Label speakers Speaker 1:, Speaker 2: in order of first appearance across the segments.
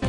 Speaker 1: 蘭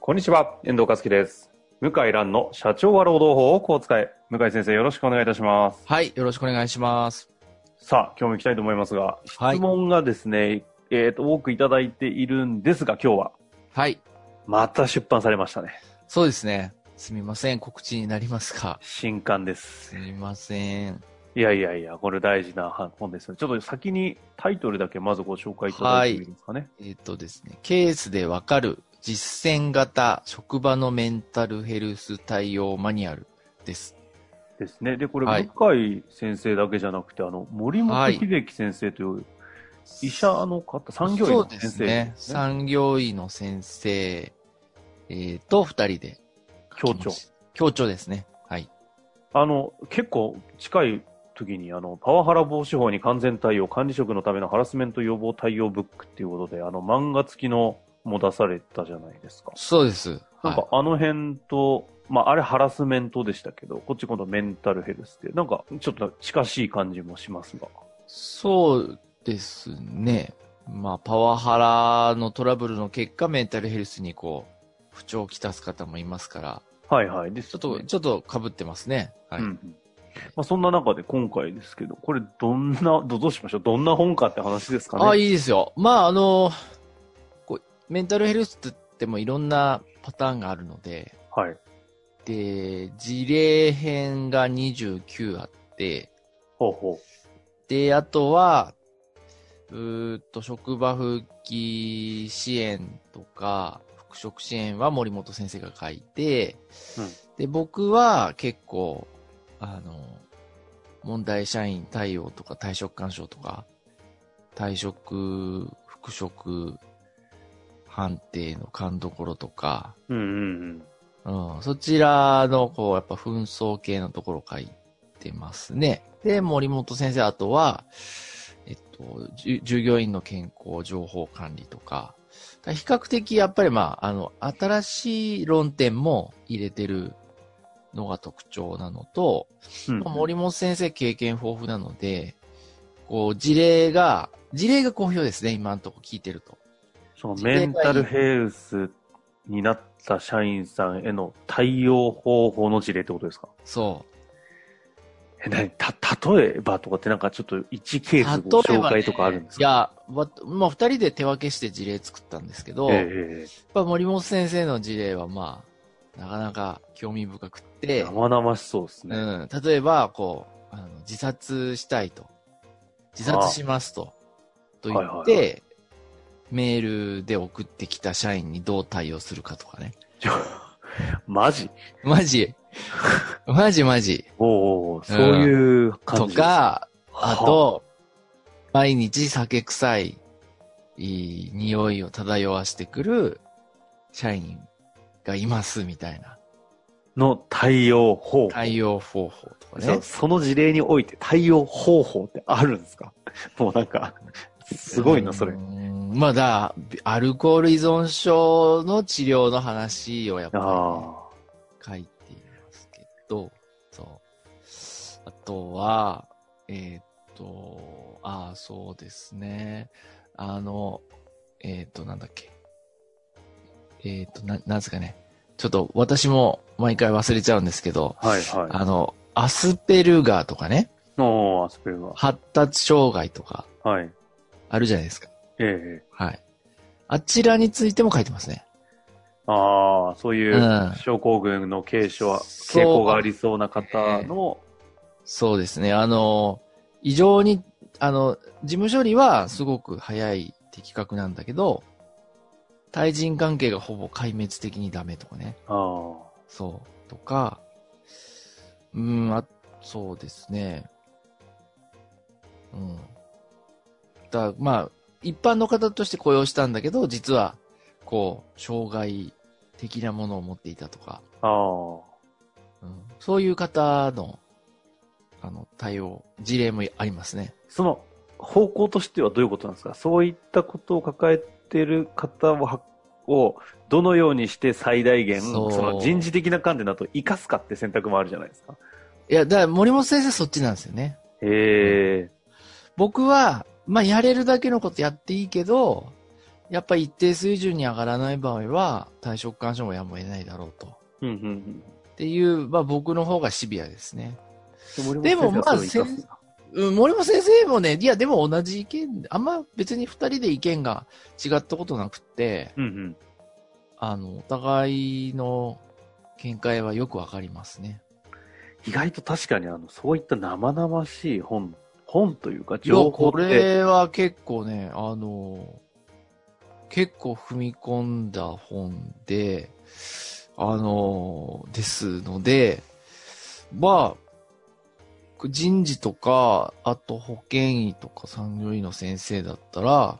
Speaker 2: こんにちは、遠藤和樹です。向井蘭の社長は労働法をこう使え。向井先生、よろしくお願いいたします。
Speaker 3: はい、よろしくお願いします。
Speaker 2: さあ、今日も行きたいと思いますが、
Speaker 3: はい
Speaker 2: 質問がですね、えっ、と、多くいただいているんですが、今日は、
Speaker 3: はい、
Speaker 2: また出版されましたね。
Speaker 3: そうですね。すみません、告知になりますか。
Speaker 2: 新刊です
Speaker 3: す。みません。
Speaker 2: いやいやいや、これ大事な本ですよ。ちょっと先にタイトルだけまずご紹介いただいてもいいですかね。
Speaker 3: えっ、とですね、ケースでわかる実践型職場のメンタルヘルス対応マニュアルです。
Speaker 2: ですね。で、これ、
Speaker 3: はい
Speaker 2: 向井先生だけじゃなくて、あの、森本秀樹先生という、医者の方、産業医
Speaker 3: そう
Speaker 2: の
Speaker 3: で
Speaker 2: 先
Speaker 3: す
Speaker 2: 生、
Speaker 3: ね。産業医の先生、えー、と二人で。
Speaker 2: 協調。。
Speaker 3: 協調ですね。はい。
Speaker 2: あの、結構近い時に、あの、パワハラ防止法に完全対応、管理職のためのハラスメント予防対応ブックっていうことで、あの、漫画付きのも出されたじゃないですか。
Speaker 3: そうです。
Speaker 2: なんか
Speaker 3: は、
Speaker 2: あの辺と、まあ、あれハラスメントでしたけど、こっち今度メンタルヘルスって、なんか、ちょっと近しい感じもしますが。
Speaker 3: い。そうですね。まあ、パワハラのトラブルの結果、メンタルヘルスにこう、不調をきたす方もいますから、
Speaker 2: はいはい。で、
Speaker 3: ちょっと、ちょっと被ってますね。はい。
Speaker 2: うんうんまあ、そんな中で今回ですけど、これどんな、どどうしましょうどんな本かって話ですかね。
Speaker 3: あ、いいですよ。まあ、あの、こうメンタルヘルスって言ってもいろんなパターンがあるので、
Speaker 2: はい。
Speaker 3: で、事例編が29あって、
Speaker 2: ほうほ
Speaker 3: で、あとは、うーっと、職場復帰支援とか、復職支援は森本先生が書いて、
Speaker 2: うん
Speaker 3: で、僕は結構、あの、問題社員対応とか退職勧奨とか、退職、復職、判定の勘どころとか、
Speaker 2: う。うんうんうん。
Speaker 3: うん、そちらの、こう、やっぱ紛争系のところ書いてますね。で、森本先生、あとは、えっと、じゅ従業員の健康情報管理とか、だから比較的、やっぱりまあ、あの、新しい論点も入れてるのが特徴なのと、
Speaker 2: うん
Speaker 3: まあ森本先生経験豊富なので、こう、事例が、事例が好評ですね、今のところ聞いてると。
Speaker 2: そのメンタルヘルスになった社員さんへの対応方法の事例ってことですか
Speaker 3: そう。
Speaker 2: え、なに、た、例えばとかってなんかちょっと一ケースご紹介とかあるんです
Speaker 3: い
Speaker 2: か
Speaker 3: や、わまあ、二人で手分けして事例作ったんですけど、
Speaker 2: ええ
Speaker 3: やっ
Speaker 2: えええ
Speaker 3: ぱ森本先生の事例はまあ、なかなか興味深くっ
Speaker 2: え
Speaker 3: て、
Speaker 2: 生々しそうです
Speaker 3: う
Speaker 2: ね。
Speaker 3: ん、例えば、こう、あの自殺したいと。自殺しますと。と言って、
Speaker 2: はいは
Speaker 3: メールで送ってきた社員にどう対応するかとかね。
Speaker 2: ちょマジ
Speaker 3: マジ マジマジ。
Speaker 2: おうおうそういう感じ
Speaker 3: と
Speaker 2: です、
Speaker 3: か、
Speaker 2: は
Speaker 3: あと、毎日酒臭いいい匂いを漂わしてくる社員がいますみたいな
Speaker 2: の対応方法。
Speaker 3: 対応方法とか
Speaker 2: そ
Speaker 3: ね
Speaker 2: う。その事例において対応方法ってあるんですか もうなんか、すごいな、それ
Speaker 3: う。んまあだ、アルコール依存症の治療の話をやっぱりね、
Speaker 2: ああ。
Speaker 3: 書いていますけど、そう。あとは、えーっと、ああ、そうですね。あの、えーっと、なんだっけ。えーっと、な、なんですかね。ちょっと私も毎回忘れちゃうんですけど、
Speaker 2: はいは
Speaker 3: あの、アスペルガーとかね、
Speaker 2: い。おー、アスペルガー
Speaker 3: 発達障害とか
Speaker 2: はい。
Speaker 3: あるじゃないですか。
Speaker 2: ええ。
Speaker 3: はい。あちらについても書いてますね。
Speaker 2: ああ、そういう
Speaker 3: うん
Speaker 2: 症候群の軽症は、
Speaker 3: そう
Speaker 2: 傾向がありそうな方の、
Speaker 3: そうですね。あの、異常に、あの、事務処理はすごく早い的確なんだけど、対人関係がほぼ壊滅的にダメとかね。
Speaker 2: あ
Speaker 3: そう。とか、うん、あ、そうですね。うん。だ、まあ、一般の方として雇用したんだけど、実は、こう、障害的なものを持っていたとか、
Speaker 2: ああ。
Speaker 3: うんそういう方の、あの、対応、事例もありますね。
Speaker 2: その方向としてはどういうことなんですかそういったことを抱えている方をはをどのようにして最大限
Speaker 3: そ
Speaker 2: そうの人事的な観点だと生かすかって選択もあるじゃないですか。
Speaker 3: いや、だから森本先生そっちなんですよね。
Speaker 2: へえ、
Speaker 3: 僕は、まあ、やれるだけのことやっていいけど、やっぱり一定水準に上がらない場合は、退職勧奨もやむを得ないだろうと。っ
Speaker 2: うんうんうん
Speaker 3: ていう、まあ、僕の方がシビアですね。
Speaker 2: で
Speaker 3: で
Speaker 2: も
Speaker 3: も
Speaker 2: ま
Speaker 3: ま
Speaker 2: あ
Speaker 3: あ
Speaker 2: 生かすな
Speaker 3: うん、森本先生もね、いや、でも同じ意見、あんま別に二人で意見が違ったことなくって、
Speaker 2: うんうん
Speaker 3: あの、お互いの見解はよくわかりますね。
Speaker 2: 意外と確かにあのそういった生々しい本本というか
Speaker 3: いや、
Speaker 2: 情報
Speaker 3: こ
Speaker 2: って
Speaker 3: れは結構ね、あの、結構踏み込んだ本で、あの、ですので、まあ、人事とか、あと保健医とか産業医の先生だったら、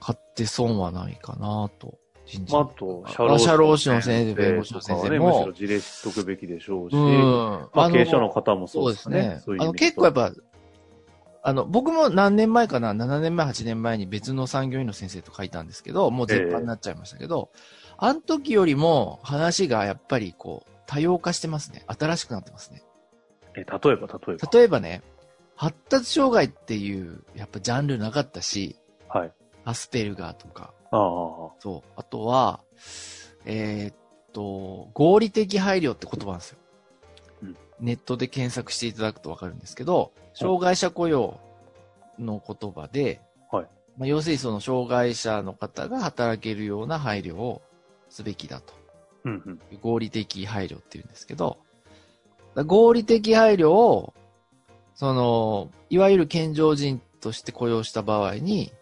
Speaker 3: 買って損はないかなと。人事
Speaker 2: まああと
Speaker 3: あ社労士の先生、弁護士
Speaker 2: と
Speaker 3: の
Speaker 2: か
Speaker 3: 先
Speaker 2: は
Speaker 3: 生
Speaker 2: ねむし
Speaker 3: も
Speaker 2: ろ。事例知っとくべきでしょうし、
Speaker 3: うん
Speaker 2: ま
Speaker 3: あ
Speaker 2: あ、
Speaker 3: の
Speaker 2: 経営者の方も
Speaker 3: そ
Speaker 2: そう
Speaker 3: う
Speaker 2: で
Speaker 3: ですす
Speaker 2: ね
Speaker 3: ね。
Speaker 2: そういう
Speaker 3: あ
Speaker 2: 意
Speaker 3: の
Speaker 2: 味で言う
Speaker 3: 結
Speaker 2: と
Speaker 3: 構やっぱ、あの、僕も何年前かな、7年前、8年前に別の産業医の先生と書いたんですけど、もう絶版になっちゃいましたけど、あの時よりも話がやっぱりこう、多様化してますね。新しくなってますね。
Speaker 2: え例えば例えば。
Speaker 3: 例えばね、発達障害っていう、やっぱジャンルなかったし、
Speaker 2: はい。
Speaker 3: アスペルガーとか、
Speaker 2: ああ。
Speaker 3: そう。あとは、えーっと、合理的配慮って言葉なんですよ
Speaker 2: うん。
Speaker 3: ネットで検索していただくとわかるんですけど、障害者雇用の言葉で、
Speaker 2: はい
Speaker 3: まあ、要するにその障害者の方が働けるような配慮をすべきだと。
Speaker 2: うんうん。
Speaker 3: 合理的配慮って言うんですけど、だ合理的配慮を、その、いわゆる健常人として雇用した場合に、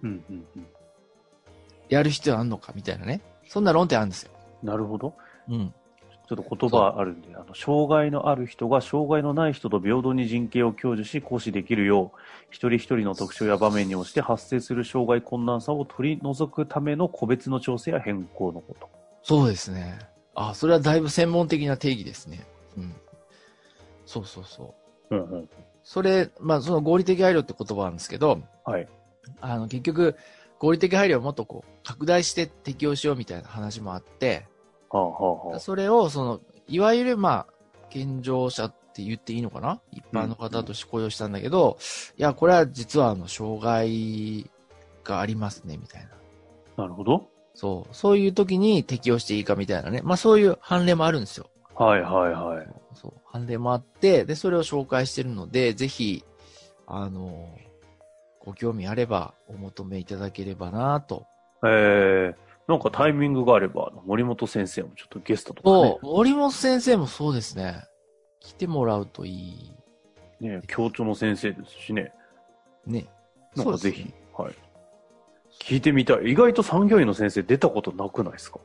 Speaker 2: うんうんうん。
Speaker 3: やる必要あんのかみたいなね。そんな論点あるんですよ。
Speaker 2: なるほど。
Speaker 3: うん。
Speaker 2: ちょっと言葉あるんで、あの障害のある人が障害のない人と平等に人権を享受し、行使できるよう、一人一人の特徴や場面に応じて発生する障害困難さを取り除くための個別の調整や変更のこと。
Speaker 3: そうですね。あ、それはだいぶ専門的な定義ですね。うん。そうそうそう。
Speaker 2: うんうん。
Speaker 3: それ、まあ、その合理的配慮って言葉なんですけど、
Speaker 2: はい。
Speaker 3: あの、結局、合理的配慮をもっとこう、拡大して適用しようみたいな話もあって、
Speaker 2: はあはあはあ。
Speaker 3: それを、その、いわゆる、まあ、健常者って言っていいのかな一般の方として雇用したんだけど、いや、これは実は、あの、障害がありますね、みたいな。
Speaker 2: なるほど。
Speaker 3: そう。そういう時に適用していいかみたいなね。まあ、そういう判例もあるんですよ。
Speaker 2: はいはいはい。
Speaker 3: そう、判例もあって、で、それを紹介してるので、ぜひ、あの、ご興味あれば、お求めいただければなと。
Speaker 2: えー、なんかタイミングがあれば、あの森本先生もちょっとゲストとかね
Speaker 3: そう、森本先生もそうですね。来てもらうといい。
Speaker 2: ね、教長の先生ですしね。
Speaker 3: ね。
Speaker 2: なん
Speaker 3: そ
Speaker 2: か
Speaker 3: うです
Speaker 2: ぜ
Speaker 3: ね
Speaker 2: ひ、はい。聞いてみたい。意外と産業医の先生出たことなくないですか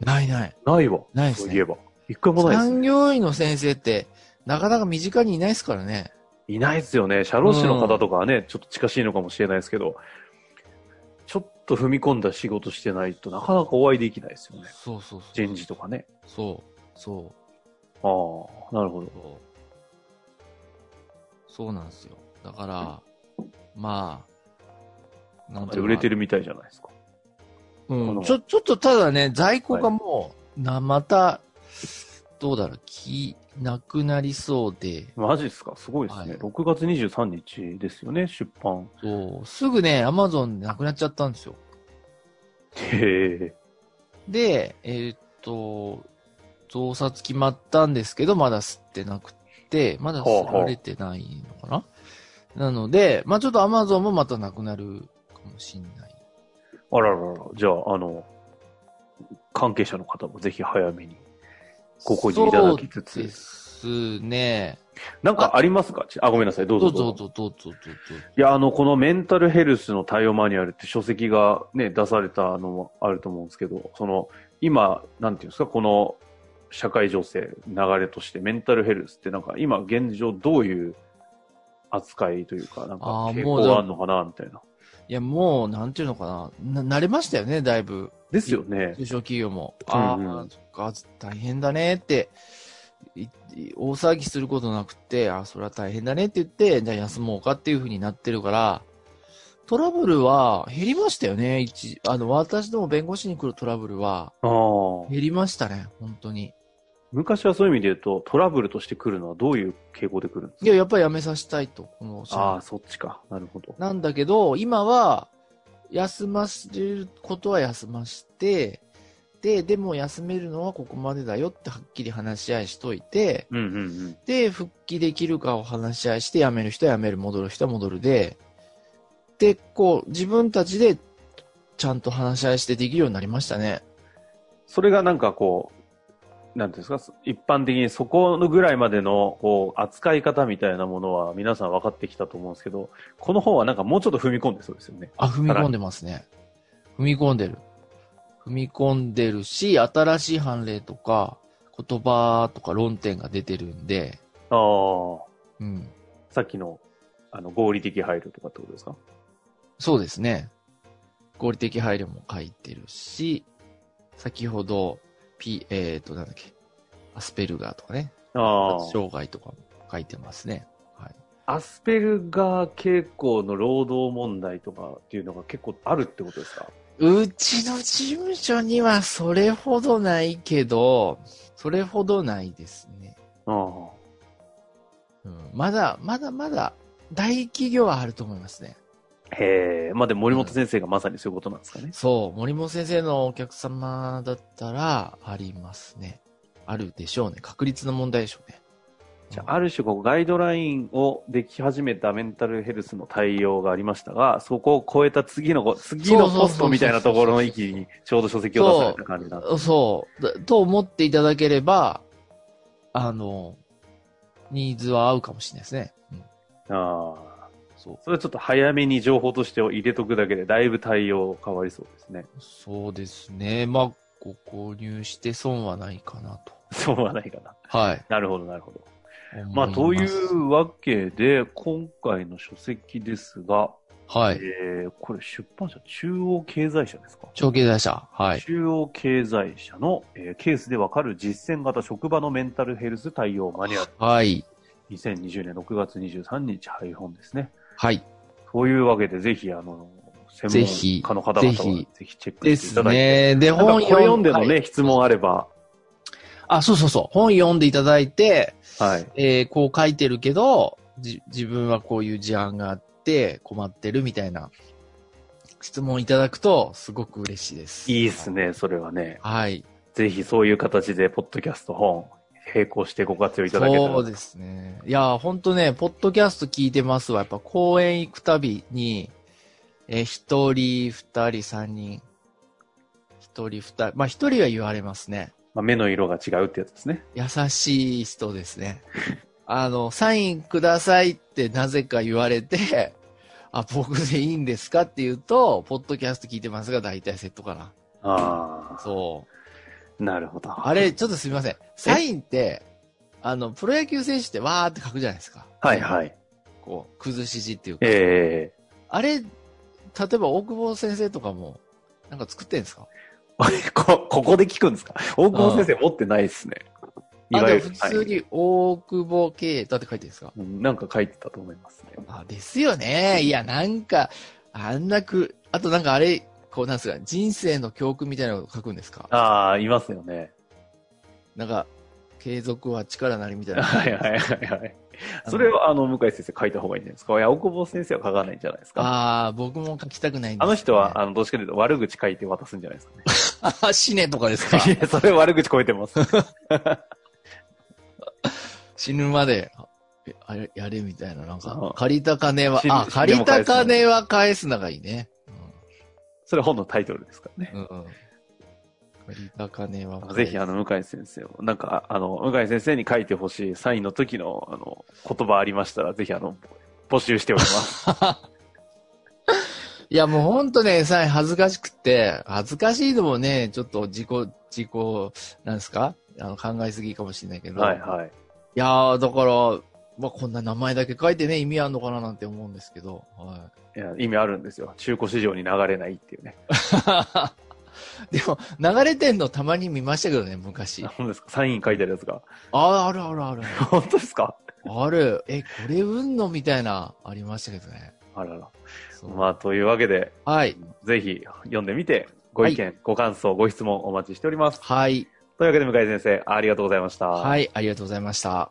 Speaker 3: ないない。
Speaker 2: ないわ。
Speaker 3: ないですね
Speaker 2: そういえば。一回もないです
Speaker 3: 産
Speaker 2: ね。
Speaker 3: 業医の先生って、なかなか身近にいないですからね。
Speaker 2: いないですよね。社労士の方とかはね、ちょっと近しいのかもしれないですけど、ちょっと踏み込んだ仕事してないとなかなかお会いできないですよね。
Speaker 3: そうそうそう。
Speaker 2: 人事とかね。
Speaker 3: そう、そう。
Speaker 2: ああ、なるほど。
Speaker 3: そう。そうなんですよ。だから、まあ、なん
Speaker 2: 売れて
Speaker 3: る。
Speaker 2: るみたいじゃないですか。こ
Speaker 3: う
Speaker 2: の
Speaker 3: ん。ちょ、ちょっとただね、在庫がもう、な、また、どうだろう、き、なくなりそうで、
Speaker 2: マジですかすごいですね。
Speaker 3: はい
Speaker 2: 6月23日ですよね、出版。
Speaker 3: そう、すぐね、アマゾンでなくなっちゃったんですよ。
Speaker 2: へえ。
Speaker 3: で、えーっと、増刷決まったんですけど、まだ吸ってなくて、まだ吸られてないのかななので、まあちょっとアマゾンもまたなくなるかもしんない。
Speaker 2: あらららら。じゃあ、あの、関係者の方もぜひ早めに。ご購入いただきつつ
Speaker 3: そうですね。
Speaker 2: なんかありますかちあ、ごめんなさい。どう
Speaker 3: ど
Speaker 2: ぞ
Speaker 3: う
Speaker 2: どうぞ
Speaker 3: ぞどう。ぞどうぞどうぞ。
Speaker 2: いや、あの、このメンタルヘルスの対応マニュアルって書籍がね、出されたのもあると思うんですけど、その、今、なんていうんですか、この社会情勢、流れとしてメンタルヘルスってなんか今現状どういう扱いというか、なんか
Speaker 3: あー
Speaker 2: 傾
Speaker 3: もうだ
Speaker 2: 向あんのかなみたいな。
Speaker 3: いや、もう、なんていうのかな。な、慣れましたよね、だいぶ。
Speaker 2: ですよね。
Speaker 3: 中小企業も。
Speaker 2: うん
Speaker 3: ああ、
Speaker 2: うん
Speaker 3: そっか、大変だねって、いい大騒ぎすることなくて、ああ、それは大変だねって言って、じゃあ休もうかっていうふうになってるから、トラブルは減りましたよね、一、あの、私ども弁護士に来るトラブルは
Speaker 2: あー
Speaker 3: 減りましたね、本当に。
Speaker 2: 昔はそういう意味で言うと、トラブルとして来るのはどういう傾向で来るんです
Speaker 3: いや、やっぱり辞めさせたいと、この社員
Speaker 2: かああ、そっちか。なるほど。
Speaker 3: なんだけど、今は、休ませることは休ませて、で、でも休めるのはここまでだよってはっきり話し合いしといて、
Speaker 2: うんうんうん。
Speaker 3: で、復帰できるかを話し合いして、辞める人は辞める、戻る人は戻るで、で、こう、自分たちでちゃんと話し合いしてできるようになりましたね。
Speaker 2: それがなんかこう、なんていうんですか、一般的にそこのぐらいまでのこう扱い方みたいなものは皆さん分かってきたと思うんですけど、この本はなんかもうちょっと踏み込んでそうですよね。
Speaker 3: あ、踏み込んでますね。踏み込んでる。踏み込んでるし、新しい判例とか、言葉とか論点が出てるんで、
Speaker 2: ああ、
Speaker 3: うん。
Speaker 2: さっきのあの合理的配慮とかってことですか
Speaker 3: そうですね。合理的配慮も書いてるし、先ほど、P、えっ、と、なんだっけ、アスペルガーとかね、
Speaker 2: ああ。
Speaker 3: 障害とかも書いてますね。はい。
Speaker 2: アスペルガー傾向の労働問題とかっていうのが結構あるってことですか
Speaker 3: うちの事務所にはそれほどないけど、それほどないですね。
Speaker 2: ああ。
Speaker 3: うん、まだ、まだまだ、大企業はあると思いますね。
Speaker 2: へえ、まあでも森本先生がまさにそういうことなんですかね。
Speaker 3: そう、森本先生のお客様だったら、ありますね。あるでしょうね。確率の問題でしょうね。
Speaker 2: じゃあ、ある種こう、ガイドラインをでき始めたメンタルヘルスの対応がありましたが、そこを超えた次のこう、次のポストみたいなところの域に、ちょうど書籍を出された感じなんです
Speaker 3: そう、だと思っていただければ、あの、ニーズは合うかもしれないですね。うん、
Speaker 2: ああ。
Speaker 3: そう。
Speaker 2: それはちょっと早めに情報としてを入れとくだけで、だいぶ対応変わりそうですね。
Speaker 3: そうですね。まあ、ご購入して損はないかなと。
Speaker 2: そうはないかな。
Speaker 3: はい。
Speaker 2: なるほど、なるほど。ま
Speaker 3: 思
Speaker 2: あ、と
Speaker 3: い
Speaker 2: い
Speaker 3: ます。
Speaker 2: うわけで、今回の書籍ですが、
Speaker 3: はい。
Speaker 2: えー、これ出版社、中央経済社ですか
Speaker 3: 長経済社。はい。
Speaker 2: 中央経済社の、えーケースでわかる実践型職場のメンタルヘルス対応マニュアル。
Speaker 3: はい。
Speaker 2: 2020年6月23日配本ですね。
Speaker 3: はい。
Speaker 2: そういうわけで、ぜひ、あの、専
Speaker 3: ぜひ
Speaker 2: 門家の方々は
Speaker 3: ぜひ
Speaker 2: ぜひチェック
Speaker 3: で
Speaker 2: してい
Speaker 3: す
Speaker 2: ただいて。
Speaker 3: ね。で、
Speaker 2: なんか
Speaker 3: 本
Speaker 2: これ読んでのね、
Speaker 3: はい
Speaker 2: 質問あれば、
Speaker 3: あ、そうそうそう。本読んでいただいて、
Speaker 2: はい。
Speaker 3: えーこう書いてるけど、じ、自分はこういう事案があって困ってるみたいな質問いただくとすごく嬉しいです。
Speaker 2: いいです。ね、それはね。
Speaker 3: はい。
Speaker 2: ぜひそういう形で、ポッドキャスト本、並行してご活用いただけた
Speaker 3: そ
Speaker 2: ら
Speaker 3: う。ですね。いやー、ほんとね、ポッドキャスト聞いてますわ。やっぱ公演行くたびに、えー一人、二人、三人。一人、二人。まあ、一人は言われますね。
Speaker 2: まあ、目の色が違うってやつですね。
Speaker 3: 優しい人です ね。あの、サインくださいってなぜか言われて、あ、僕でいいんですかって言うと、ポッドキャスト聞いてますが、大体セットかな。
Speaker 2: あ
Speaker 3: そう。
Speaker 2: あ、なるほど。
Speaker 3: あれ、ちょっとすみません。サインって、あの、プロ野球選手ってわーって書くじゃないですか。
Speaker 2: はいはい。
Speaker 3: こう、崩し字っていうか。
Speaker 2: ええ
Speaker 3: あれ、例えば大久保先生とかも、なんか作ってんですか
Speaker 2: こ、ここで聞くんですか大久保先生持ってないですね。い
Speaker 3: あ、
Speaker 2: わ
Speaker 3: で
Speaker 2: ゆ
Speaker 3: も
Speaker 2: る。
Speaker 3: 普通
Speaker 2: はい
Speaker 3: に大久保経営だって書いてるんですか
Speaker 2: うんなんか書いてたと思いますね。
Speaker 3: あ、ですよね。いや、なんか、あんなく、あとなんかあれ、こうなんですか、人生の教訓みたいなの書くんですか
Speaker 2: ああ、いますよね。
Speaker 3: なんか、継続は力なりみたい な。
Speaker 2: はいはいはいはい。それを、あの、向井先生書いた方がいいんじゃないですかいや、大久保先生は書かないんじゃないですか
Speaker 3: ああ、僕も書きたくないんです、
Speaker 2: あの人は、、あの、どっちかというと悪口書いて渡すんじゃないですかね。
Speaker 3: あ、死ねとかです か
Speaker 2: いや、それ悪口超えてます。
Speaker 3: 死ぬまで、えあれ、やれみたいな、なん
Speaker 2: う
Speaker 3: か
Speaker 2: ん、
Speaker 3: 借りた金は
Speaker 2: 死、ぬ
Speaker 3: あ、借りた金は返すながいいね。
Speaker 2: それ本のタイトルですからね
Speaker 3: う。ん。うんうん借りた金は返す
Speaker 2: ぜひ、あの、向井先生を、なんか、あの、向井先生に書いてほしいサインの時の、あの、言葉ありましたら、ぜひ、あの、募集しております。
Speaker 3: いや、もうほんとね、さえ恥ずかしくって、恥ずかしいのもね、ちょっと自己、自己、なんですかあの、考えすぎかもしれないけど。
Speaker 2: はい
Speaker 3: い
Speaker 2: はい。
Speaker 3: やー、だから、まあ、こんな名前だけ書いてね、意味あるのかななんて思うんですけど、はい
Speaker 2: や、意味あるんですよ。中古市場に流れないっていうね。
Speaker 3: い。 でも、流れてんのたまに見ましたけどね、昔。
Speaker 2: あ
Speaker 3: あ
Speaker 2: 本当ですかサイン書いてあるやつが。
Speaker 3: あ、あるあるある。
Speaker 2: 本当ですか
Speaker 3: ある。え、これうんのみたいな、ありましたけどね。
Speaker 2: あらら。
Speaker 3: そう
Speaker 2: まあ、というわけで、
Speaker 3: はい。
Speaker 2: ぜひ読んでみて、ご意見、ご感想、ご質問お待ちしております。
Speaker 3: はい。
Speaker 2: というわけで、向井先生、ありがとうございました。
Speaker 3: はい。ありがとうございました。